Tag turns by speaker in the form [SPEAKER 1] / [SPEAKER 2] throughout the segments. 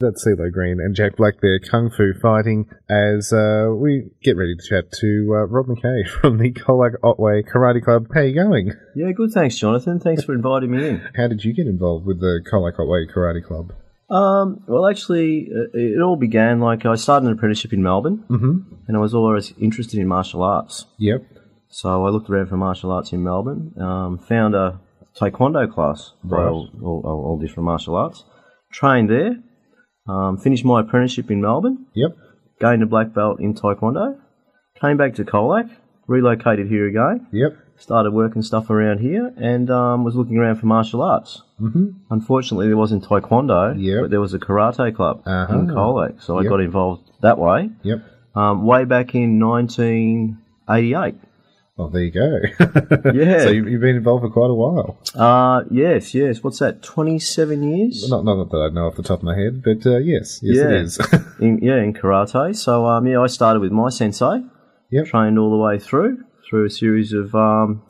[SPEAKER 1] That's CeeLo Green and Jack Black there, Kung Fu fighting as uh, we get ready to chat to uh, Rob McKay from the Colac Otway Karate Club. How you going?
[SPEAKER 2] Yeah, good. Thanks, Jonathan. Thanks for inviting me in.
[SPEAKER 1] How did you get involved with the Colac Otway Karate Club?
[SPEAKER 2] Um, well, actually, uh, it all began like I started an apprenticeship in Melbourne,
[SPEAKER 1] Mm-hmm.
[SPEAKER 2] and I was always interested in martial arts.
[SPEAKER 1] Yep.
[SPEAKER 2] So I looked around for martial arts in Melbourne, um, found a taekwondo class for
[SPEAKER 1] Right.
[SPEAKER 2] all, all, all different martial arts, trained there, um, finished my apprenticeship in Melbourne,
[SPEAKER 1] Yep.
[SPEAKER 2] gained a black belt in taekwondo, came back to Colac, relocated here again,
[SPEAKER 1] Yep.
[SPEAKER 2] started working stuff around here, and um, was looking around for martial arts.
[SPEAKER 1] Mm-hmm.
[SPEAKER 2] Unfortunately, there wasn't taekwondo,
[SPEAKER 1] Yep.
[SPEAKER 2] but there was a karate club
[SPEAKER 1] Uh-huh.
[SPEAKER 2] in Colac, so
[SPEAKER 1] Yep.
[SPEAKER 2] I got involved that way.
[SPEAKER 1] Yep.
[SPEAKER 2] Um, way back in 1988.
[SPEAKER 1] Well, there you go.
[SPEAKER 2] Yeah.
[SPEAKER 1] so you- you've been involved for quite a while.
[SPEAKER 2] Uh, yes, yes. What's that? 27 years?
[SPEAKER 1] Not, not that I know off the top of my head, but uh, yes, yes, it
[SPEAKER 2] Yeah.
[SPEAKER 1] is.
[SPEAKER 2] In, yeah, in karate. So, um, yeah, I started with my sensei.
[SPEAKER 1] Yep.
[SPEAKER 2] Trained all the way through, through a series of um,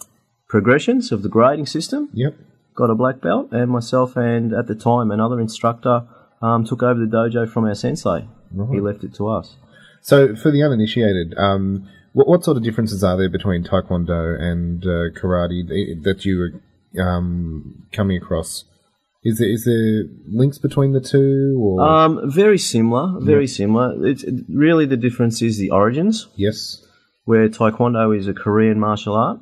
[SPEAKER 2] progressions of the grading system.
[SPEAKER 1] yep.
[SPEAKER 2] Got a black belt, and myself and, at the time, another instructor um, took over the dojo from our sensei. He left it to us.
[SPEAKER 1] So for the uninitiated, um, what, what sort of differences are there between Taekwondo and uh, karate th- that you were um, coming across? Is there, is there links between the two? Or
[SPEAKER 2] Um, very similar, very similar. It's, it- really, the difference is the origins,
[SPEAKER 1] yes,
[SPEAKER 2] where taekwondo is a Korean martial art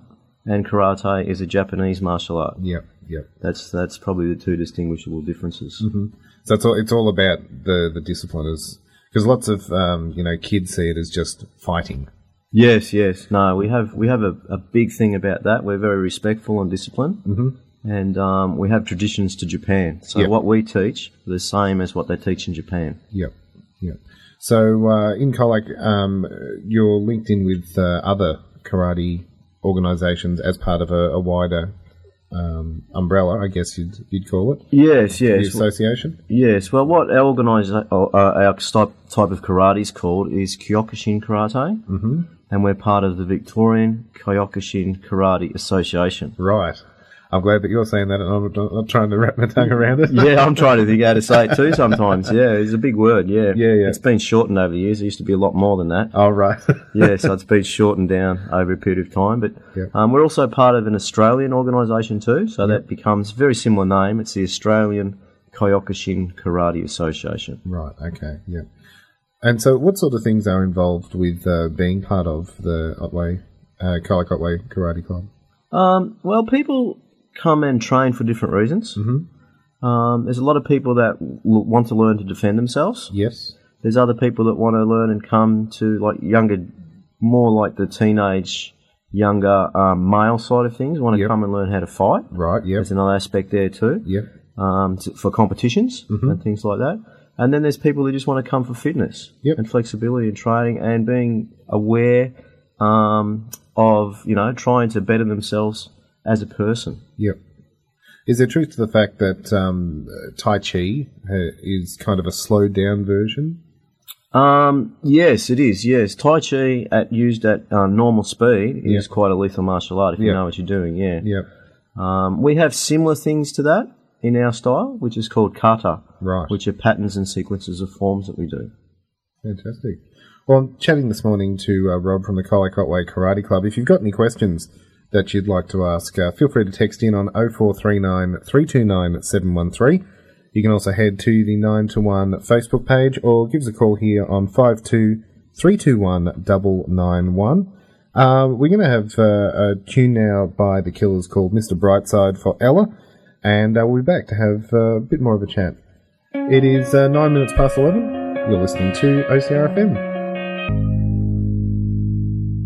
[SPEAKER 2] and karate is a Japanese martial art.
[SPEAKER 1] yep, yep.
[SPEAKER 2] That's that's probably the two distinguishable differences.
[SPEAKER 1] So it's all it's all about the the discipline is because lots of um, you know kids see it as just fighting.
[SPEAKER 2] Yes, yes. No, we have we have a, a big thing about that. We're very respectful and disciplined, mm-hmm. and um, we have traditions to Japan. So
[SPEAKER 1] Yep.
[SPEAKER 2] what we teach the same as what they teach in Japan.
[SPEAKER 1] Yep, yep. So uh, in Colac, um, you're linked in with uh, other karate organisations as part of a, a wider um, umbrella, I guess you'd, you'd call it,
[SPEAKER 2] Yes,
[SPEAKER 1] the
[SPEAKER 2] yes,
[SPEAKER 1] association.
[SPEAKER 2] yes. Well, what our organisa- uh, our type type of karate is called is Kyokushin Karate, mm-hmm. and we're part of the Victorian Kyokushin Karate Association.
[SPEAKER 1] Right. I'm glad that you're saying that, and I'm not- not trying to wrap my tongue around it.
[SPEAKER 2] yeah, I'm trying to think how to say it too sometimes. Yeah, it's a big word. Yeah.
[SPEAKER 1] Yeah, yeah.
[SPEAKER 2] It's been shortened over the years. It used to be a lot more than that.
[SPEAKER 1] Oh, right.
[SPEAKER 2] Yeah, so it's been shortened down over a period of time. But
[SPEAKER 1] Yeah.
[SPEAKER 2] um, we're also part of an Australian organisation too, so that becomes very similar name. It's the Australian Kyokushin Karate Association.
[SPEAKER 1] right. Okay. Yep. And so, what sort of things are involved with uh, being part of the Otway, uh, Colac Otway Karate Club?
[SPEAKER 2] Um, well, people come and train for different reasons. Mm-hmm. Um, there's a lot of people that w- want to learn to defend themselves.
[SPEAKER 1] Yes.
[SPEAKER 2] there's other people that want to learn and come to like younger, more like the teenage, younger um, male side of things. Want to
[SPEAKER 1] Yep.
[SPEAKER 2] come and learn how to fight.
[SPEAKER 1] Right. Yep.
[SPEAKER 2] There's another aspect there too,
[SPEAKER 1] Yep.
[SPEAKER 2] um, t- for competitions
[SPEAKER 1] Mm-hmm.
[SPEAKER 2] and things like that. And then there's people that just want to come for fitness
[SPEAKER 1] Yep.
[SPEAKER 2] and flexibility and training and being aware um, of you know trying to better themselves as a person.
[SPEAKER 1] Yep. Is there truth to the fact that um, uh, Tai Chi uh, is kind of a slowed down version?
[SPEAKER 2] Um, yes, it is. Yes, Tai Chi at used at uh, normal speed is quite a lethal martial art if you
[SPEAKER 1] Yeah.
[SPEAKER 2] know what you're doing. Yeah.
[SPEAKER 1] Yep.
[SPEAKER 2] Um, we have similar things to that in our style, which is called kata,
[SPEAKER 1] Right.
[SPEAKER 2] which are patterns and sequences of forms that we do.
[SPEAKER 1] Fantastic. Well, I'm chatting this morning to uh, Rob from the Collie Otway Karate Club. If you've got any questions that you'd like to ask, uh, feel free to text in on 0439 329 713. You can also head to the 9 to 1 Facebook page or give us a call here on 52 321 991. Uh, we're going to have uh, a tune now by the Killers called Mr. Brightside for Ella, and uh, we'll be back to have uh, a bit more of a chat. It is uh, nine minutes past 11. You're listening to OCRFM.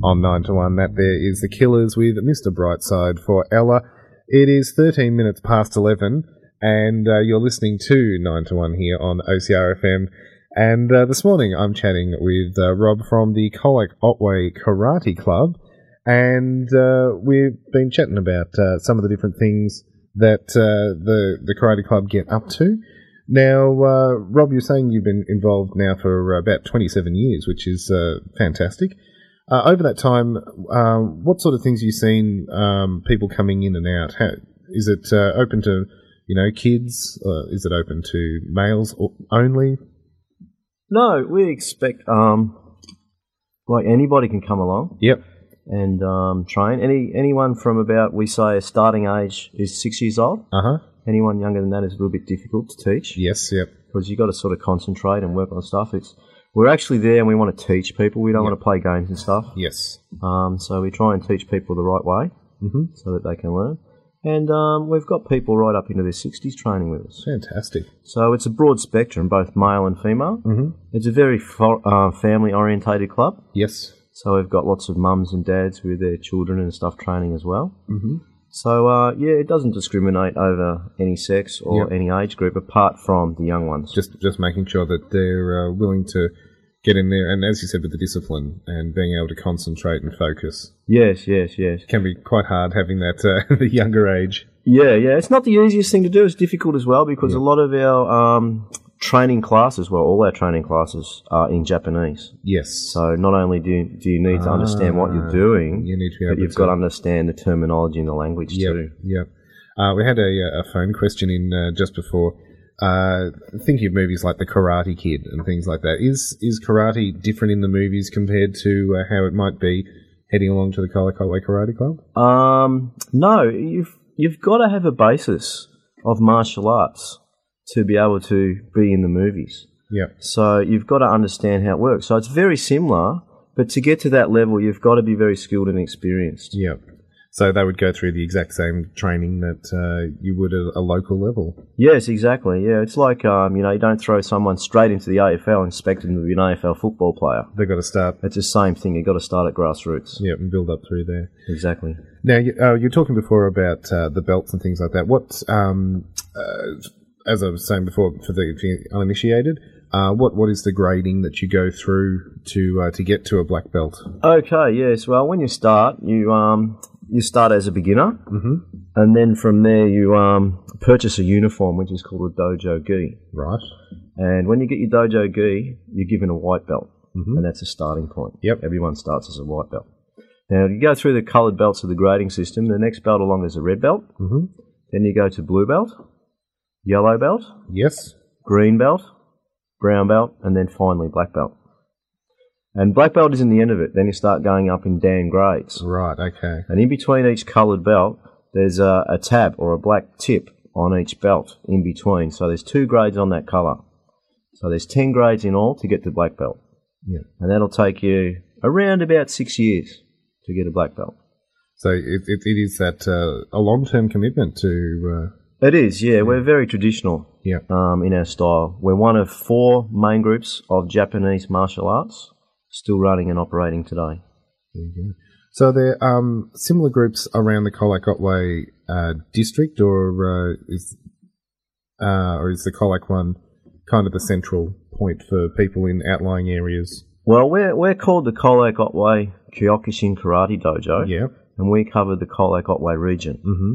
[SPEAKER 1] On 9 to 1, that there is The Killers with Mr. Brightside for Ella. It is 13 minutes past 11, and uh, you're listening to 9 to 1 here on OCRFM. And uh, this morning I'm chatting with uh, Rob from the Colac Otway Karate Club, and uh, we've been chatting about uh, some of the different things that uh, the, the Karate Club get up to. Now, uh, Rob, you're saying you've been involved now for uh, about 27 years, which is uh, fantastic. Uh, over that time, uh, what sort of things have you seen um, people coming in and out? How, is it uh, open to you know, kids? Uh, is it open to males o- only?
[SPEAKER 2] No, we expect um, like anybody can come along
[SPEAKER 1] Yep.
[SPEAKER 2] and um, train. Any anyone from about we say a starting age is six years old.
[SPEAKER 1] Uh huh.
[SPEAKER 2] Anyone younger than that is a little bit difficult to teach
[SPEAKER 1] Yes. Yep.
[SPEAKER 2] because you got to sort of concentrate and work on stuff. It's we're actually there and we want to teach people. We don't want to play games and stuff.
[SPEAKER 1] Yes.
[SPEAKER 2] Um, so we try and teach people the right way so that they can learn. And um, we've got people right up into their 60s training with us.
[SPEAKER 1] Fantastic.
[SPEAKER 2] So it's a broad spectrum, both male and female. Mm-hmm. It's a very fo- uh, family orientated club.
[SPEAKER 1] Yes.
[SPEAKER 2] So we've got lots of mums and dads with their children and stuff training as well. Mm-hmm. So uh, yeah, it doesn't discriminate over any sex or
[SPEAKER 1] Yep.
[SPEAKER 2] any age group apart from the young ones.
[SPEAKER 1] Just just making sure that they're uh, willing to get in there, and as you said, with the discipline and being able to concentrate and focus
[SPEAKER 2] Yes, yes, yes.
[SPEAKER 1] can be quite hard having that uh, the younger age.
[SPEAKER 2] Yeah, yeah. It's not the easiest thing to do. It's difficult as well because a lot of our um, training classes, well, all our training classes are in Japanese.
[SPEAKER 1] Yes.
[SPEAKER 2] So not only do you, do you need to understand what you're doing,
[SPEAKER 1] You need to be
[SPEAKER 2] but
[SPEAKER 1] able
[SPEAKER 2] you've
[SPEAKER 1] to-
[SPEAKER 2] got to understand the terminology and the language too.
[SPEAKER 1] Yep. Uh, we had a, uh, a phone question in uh, just before. Uh, thinking of movies like The Karate Kid and things like that, is is karate different in the movies compared to uh, how it might be heading along to the Collar Colway Karate Club?
[SPEAKER 2] Um, no, you've you've got to have a basis of martial arts to be able to be in the movies.
[SPEAKER 1] Yeah,
[SPEAKER 2] So you've got to understand how it works. So it's very similar, but to get to that level, you've got to be very skilled and experienced.
[SPEAKER 1] yeah. So they would go through the exact same training that uh, you would at a local level.
[SPEAKER 2] Yes, exactly. Yeah, it's like um, you know, you don't throw someone straight into the AFL and expect them to be an AFL football player.
[SPEAKER 1] They've got to start,
[SPEAKER 2] It's the same thing. You've got to start at grassroots.
[SPEAKER 1] yeah, and build up through there.
[SPEAKER 2] Exactly.
[SPEAKER 1] Now, you, uh, you're talking before about uh, the belts and things like that. What, um, uh, as I was saying before, for the, for the uninitiated, uh, what what is the grading that you go through to uh, to get to a black belt?
[SPEAKER 2] Okay. Yes. Well, when you start, you um, you start as a beginner, mm-hmm. and then from there you um, purchase a uniform, which is called a dojo gi.
[SPEAKER 1] Right.
[SPEAKER 2] And when you get your dojo gi, you're given a white belt, and that's a starting point.
[SPEAKER 1] Yep.
[SPEAKER 2] Everyone starts as a white belt. Now you go through the coloured belts of the grading system. The next belt along is a red belt.
[SPEAKER 1] Mhm.
[SPEAKER 2] Then you go to blue belt, yellow belt,
[SPEAKER 1] Yes.
[SPEAKER 2] green belt, brown belt, and then finally black belt. And black belt isn't the end of it. Then you start going up in Dan grades.
[SPEAKER 1] Right. Okay.
[SPEAKER 2] And in between each coloured belt, there's a, a tab or a black tip on each belt in between. So there's two grades on that colour. So there's 10 grades in all to get the black belt.
[SPEAKER 1] Yeah.
[SPEAKER 2] And that'll take you around about six years to get a black belt.
[SPEAKER 1] So it, it, it is that uh, a long term commitment to. Uh,
[SPEAKER 2] It is, yeah. We're very traditional
[SPEAKER 1] yeah.
[SPEAKER 2] um, in our style. We're one of four main groups of Japanese martial arts still running and operating today.
[SPEAKER 1] So are there um, similar groups around the Colacotway uh, district, or uh, is uh, or is the Colac one kind of the central point for people in outlying areas?
[SPEAKER 2] Well, we're, we're called the Kolak Otway Kyokushin Karate Dojo,
[SPEAKER 1] Yeah.
[SPEAKER 2] and we cover the Kolak Otway region.
[SPEAKER 1] hmm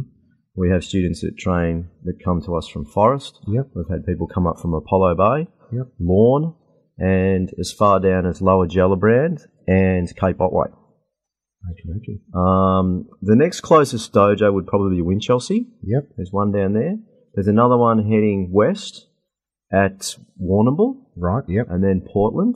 [SPEAKER 2] We have students that train that come to us from Forest.
[SPEAKER 1] Yep.
[SPEAKER 2] We've had people come up from Apollo Bay,
[SPEAKER 1] Yep.
[SPEAKER 2] Lawn, and as far down as Lower Gellibrand and Cape Otway.
[SPEAKER 1] Okay. Okay.
[SPEAKER 2] Um, the next closest dojo would probably be Winchelsea.
[SPEAKER 1] Yep.
[SPEAKER 2] There's one down there. There's another one heading west at Warrnambool
[SPEAKER 1] Right. Yep.
[SPEAKER 2] and then Portland.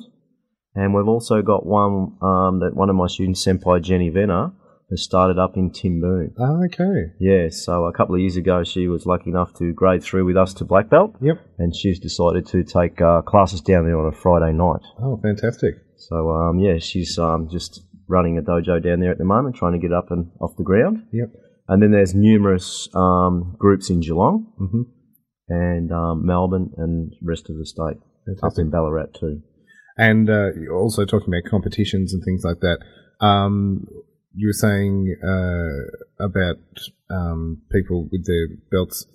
[SPEAKER 2] And we've also got one um, that one of my students, Senpai Jenny Venner, has started up in Timboon.
[SPEAKER 1] Ah, okay.
[SPEAKER 2] Yeah, so a couple of years ago, she was lucky enough to grade through with us to black belt,
[SPEAKER 1] Yep.
[SPEAKER 2] and she's decided to take uh, classes down there on a Friday night.
[SPEAKER 1] Oh, fantastic.
[SPEAKER 2] So um, yeah, she's um, just running a dojo down there at the moment, trying to get up and off the ground.
[SPEAKER 1] Yep.
[SPEAKER 2] And then there's numerous um, groups in Geelong
[SPEAKER 1] Mhm.
[SPEAKER 2] and um, Melbourne and rest of the state, up
[SPEAKER 1] Fantastic.
[SPEAKER 2] in Ballarat too.
[SPEAKER 1] And uh, you're also talking about competitions and things like that. Um, you were saying uh, about um, people with their belts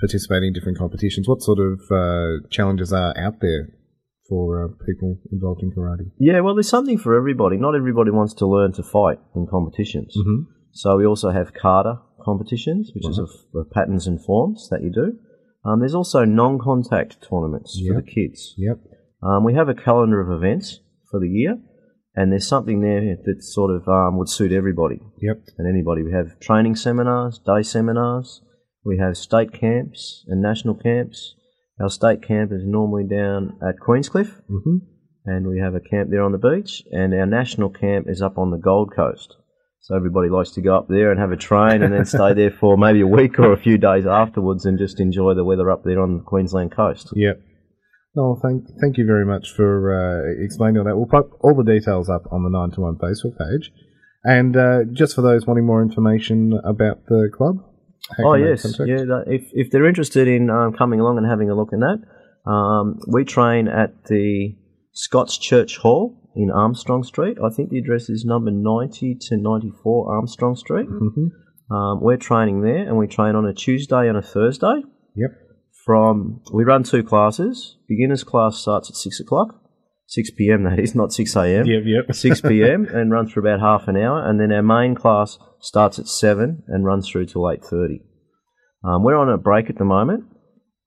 [SPEAKER 1] participating in different competitions. What sort of uh, challenges are out there for uh, people involved in karate?
[SPEAKER 2] Yeah, well, there's something for everybody. Not everybody wants to learn to fight in competitions.
[SPEAKER 1] Mhm.
[SPEAKER 2] So we also have kata competitions, which is of the patterns and forms that you do. Um, there's also non-contact tournaments for
[SPEAKER 1] Yep.
[SPEAKER 2] the kids.
[SPEAKER 1] Yep.
[SPEAKER 2] Um, we have a calendar of events for the year, and there's something there that sort of um, would suit everybody
[SPEAKER 1] Yep.
[SPEAKER 2] and anybody. We have training seminars, day seminars, We have state camps and national camps. Our state camp is normally down at Queenscliff,
[SPEAKER 1] Mm-hmm.
[SPEAKER 2] and we have a camp there on the beach. And our national camp is up on the Gold Coast. So everybody likes to go up there and have a train and then stay there for maybe a week or a few days afterwards and just enjoy the weather up there on the Queensland coast.
[SPEAKER 1] Yep. No, thank thank you very much for uh, explaining all that. We'll put all the details up on the Nine to One Facebook page, and uh, just for those wanting more information about the club. how
[SPEAKER 2] Oh
[SPEAKER 1] can they
[SPEAKER 2] yes,
[SPEAKER 1] contact-
[SPEAKER 2] yeah. that- If if they're interested in um, coming along and having a look in that, um, we train at the Scots Church Hall in Armstrong Street. I think the address is number ninety to ninety four Armstrong Street.
[SPEAKER 1] Mhm.
[SPEAKER 2] Um, we're training there, and we train on a Tuesday and a Thursday.
[SPEAKER 1] Yep.
[SPEAKER 2] From we run two classes. Beginners class starts at six o'clock, six p.m. That is not six a.m.
[SPEAKER 1] Yep. Yep.
[SPEAKER 2] 6 p.m. and runs for about half an hour, and then our main class starts at 7 and runs through till 8.30. Um, we're on a break at the moment.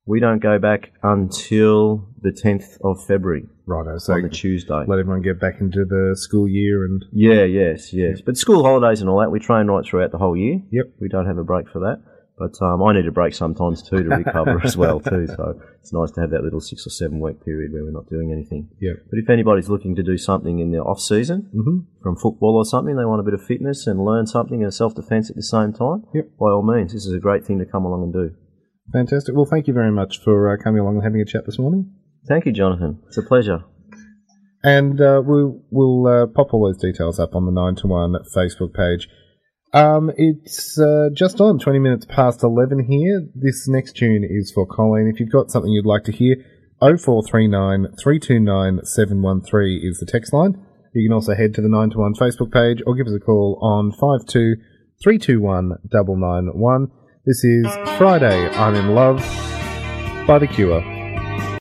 [SPEAKER 2] We don't go back until the 10th of February
[SPEAKER 1] Righto. So
[SPEAKER 2] on the Tuesday.
[SPEAKER 1] let everyone get back into the school year and
[SPEAKER 2] Yeah, yes, yes. But school holidays and all that, we train right throughout the whole year.
[SPEAKER 1] Yep.
[SPEAKER 2] We don't have a break for that. But um, I need a break sometimes too to recover as well too. So it's nice to have that little six or seven week period where we're not doing anything.
[SPEAKER 1] Yep.
[SPEAKER 2] But if anybody's looking to do something in their off season,
[SPEAKER 1] Mhm.
[SPEAKER 2] from football or something, they want a bit of fitness and learn something and self defence at the same time,
[SPEAKER 1] Yep.
[SPEAKER 2] by all means, this is a great thing to come along and do.
[SPEAKER 1] fantastic. Well, thank you very much for uh, coming along and having a chat this morning.
[SPEAKER 2] Thank you, Jonathan. It's a pleasure.
[SPEAKER 1] and uh, we'll, we'll uh, pop all those details up on the 9 to 1 Facebook page. Um, it's uh, just on 20 minutes past 11 here. This next tune is for Colleen. If you've got something you'd like to hear, 0439 329 713 is the text line. You can also head to the 9 to 1 Facebook page or give us a call on 52 321 991. This is Friday, I'm in Love by The Cure.